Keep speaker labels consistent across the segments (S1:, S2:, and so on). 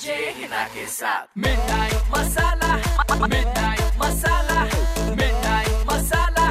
S1: जे हिना के साथ मिठाई मसाला मिठाई मसाला मिठाई मसाला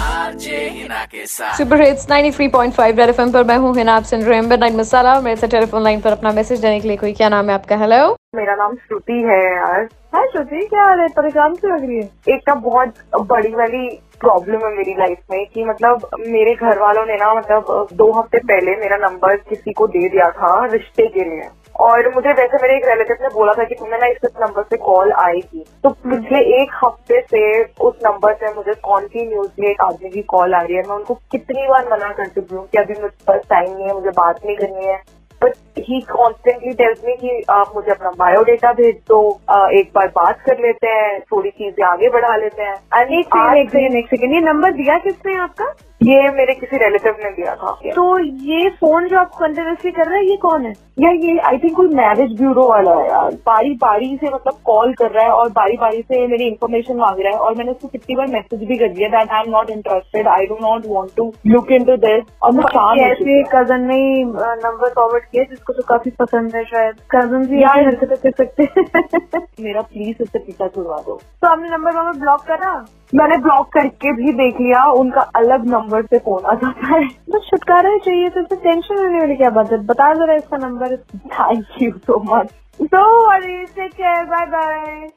S1: आरजे हिना के साथ
S2: सुपर हिट्स 93.5 रेड एफएम पर मैं हूँ हिना आप सुन रहे हैं मिडनाइट मसाला मेरे से टेलीफोन लाइन पर अपना मैसेज देने के लिए कोई क्या नाम है आपका हेलो
S3: मेरा नाम श्रुति है यार
S4: हाय श्रुति क्या हाल है परेशान क्यों लग रही है
S3: एक ना बहुत बड़ी वाली प्रॉब्लम है मेरी लाइफ में कि मतलब मेरे घर वालों ने ना मतलब दो हफ्ते पहले मेरा नंबर किसी को दे दिया था रिश्ते के लिए और मुझे वैसे मेरे एक रिलेटिव ने बोला था कि तुम्हें ना इस नंबर से कॉल आएगी तो पिछले एक हफ्ते से उस नंबर से मुझे कॉन्टिन्यूसली एक आदमी की कॉल आ रही है मैं उनको कितनी बार मना कर चुकी हूँ कि अभी मुझ पर टाइम नहीं है मुझे बात नहीं करनी है but he constantly tells me कि आप मुझे अपना बायोडेटा भेज दो आ, एक बार बात कर लेते हैं थोड़ी चीजें आगे बढ़ा लेते हैं And
S4: एक सेकंड
S3: आज
S4: एक सेकंड एक सेकंड ये नंबर दिया किसने आपका
S3: ये मेरे किसी रिलेटिव ने दिया था
S4: तो ये फोन जो आप कंटिन्यूसली कर रहे हैं ये कौन है
S3: या ये आई थिंक कोई मैरिज ब्यूरो वाला है यार बारी बारी से मतलब कॉल कर रहा है और बारी बारी से मेरी इन्फॉर्मेशन मांग रहा है और मैंने उसको कितनी बार मैसेज भी कर दिया that I am not interested I do not want to look into this और मैं शाम
S4: ये ऐसे कजन ने ही नंबर फॉरवर्ड किया जिसको तो काफी पसंद है शायद कजन भी
S3: यार-
S4: ऐसी हरकतें कर सकते हैं
S3: मेरा प्लीज इससे पीछा छुड़वा दो
S4: तो आपने नंबर वंबर ब्लॉक करा
S3: मैंने ब्लॉक करके भी देख लिया उनका अलग नंबर से फोन आ जाता है
S4: बस छुटकारा ही चाहिए तो इसमें टेंशन लेने वाली क्या बात है बता जरा इसका number
S3: thank you so much
S4: so worry take care bye bye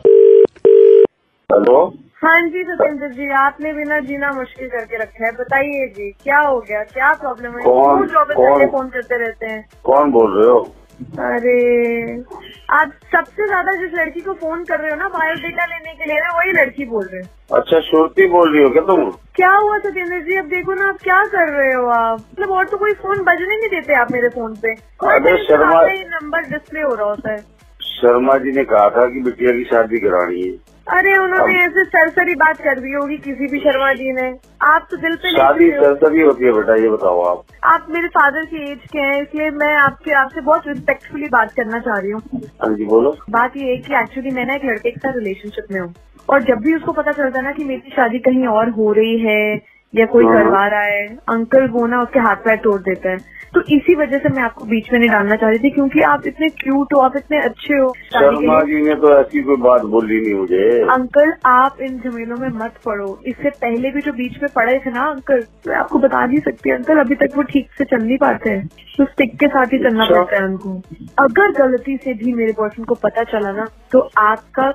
S5: hello
S4: हाँ जी सत्येंद्र जी आपने बिना जीना मुश्किल करके रखा है बताइए जी क्या हो गया क्या प्रॉब्लम है
S5: कौन-
S4: क्यों चौबीस
S5: कौन?
S4: घंटे फोन करते रहते हैं
S5: कौन बोल रहे हो
S4: अरे आप सबसे ज्यादा जिस लड़की को फोन कर रहे हो ना बायोडेटा लेने के लिए ना वही लड़की बोल रहे हो
S5: अच्छा श्रुति बोल रही हो क्या तुम
S4: क्या हुआ सत्येंद्र जी अब देखो ना आप क्या कर रहे हो आप मतलब और तो कोई फोन बजने नहीं देते आप मेरे फोन पे
S5: अरे शर्मा-
S4: नंबर डिस्प्ले हो रहा होता है
S5: शर्मा जी ने कहा था कि बिटिया की शादी करानी है
S4: अरे उन्होंने ऐसे सरसरी बात कर दी होगी किसी भी शर्मा जी ने आप तो दिल पे ले
S5: शादी
S4: चुके हो।
S5: सरसरी होती है बेटा ये बताओ आप
S4: आप मेरे फादर की एज के हैं इसलिए मैं आपके आपसे बहुत रिस्पेक्टफुली बात करना चाह रही हूँ
S5: हाँ जी बोलो
S4: बात ये है कि एक्चुअली मैं ना एक लड़के के साथ रिलेशनशिप में हूँ और जब भी उसको पता चलता है ना कि मेरी शादी कहीं और हो रही है या कोई
S5: हाँ।
S4: करवा रहा है अंकल वो ना उसके हाथ पैर तोड़ देता है तो इसी वजह से मैं आपको बीच में नहीं डालना चाह रही थी क्योंकि आप इतने क्यूट हो आप इतने अच्छे हो शादी के
S5: शर्मा
S4: लिए हाँ।
S5: जी ने तो ऐसी कोई बात बोली नहीं मुझे
S4: अंकल आप इन झमेलों में मत पड़ो इससे पहले भी जो बीच में पड़े थे ना अंकल मैं आपको बता नहीं सकती अंकल अभी तक वो ठीक से चल नहीं पाते हैं तो स्टिक के साथ ही चलना
S5: अच्छा।
S4: पड़ता है उनको अगर गलती से भी मेरे बॉयफ्रेंड को पता चला ना तो आपका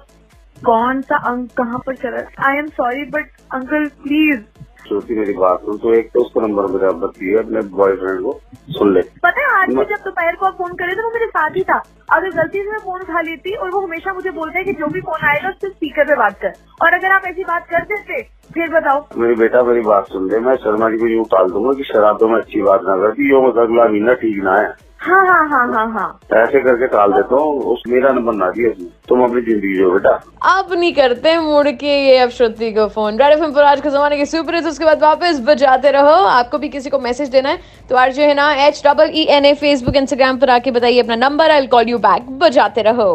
S4: कौन सा अंग कहाँ पर चला I am sorry but uncle please
S5: Shruti मेरी बात सुन तो एक तो उसका नंबर मेरा बताइए अपने बॉयफ्रेंड को सुन ले
S4: पता है आज भी
S5: मैं-
S4: जब दोपहर को आप फोन करे तो वो मेरे साथ ही था अगर गलती से मैं फोन उठा लेती और वो हमेशा मुझे बोलता है कि जो भी फोन आएगा उससे स्पीकर पे बात कर और अगर आप ऐसी बात कर देते फिर बताओ
S5: मेरे बेटा मेरी बात सुन ले मैं शर्मा जी को यूँ टाल दूंगा कि शराब तो मैं अच्छी बात ना करती यो मत अगला महीना ठीक ना है
S4: हाँ हाँ हाँ हाँ हाँ
S5: ऐसे करके टाल देता हूँ उस मेरा नंबर ना दिया उसने। तुम अपनी जिंदगी जो बेटा
S2: अब नहीं करते मुड़ के ये अब श्रुति को फोन रेड एफएम पर आज के जमाने के सुपर हिट्स उसके बाद वापस बजाते रहो आपको भी किसी को मैसेज देना है तो आज E जो है ना H double E N A Facebook Instagram पर आके बताइए अपना number I call you back बजाते रहो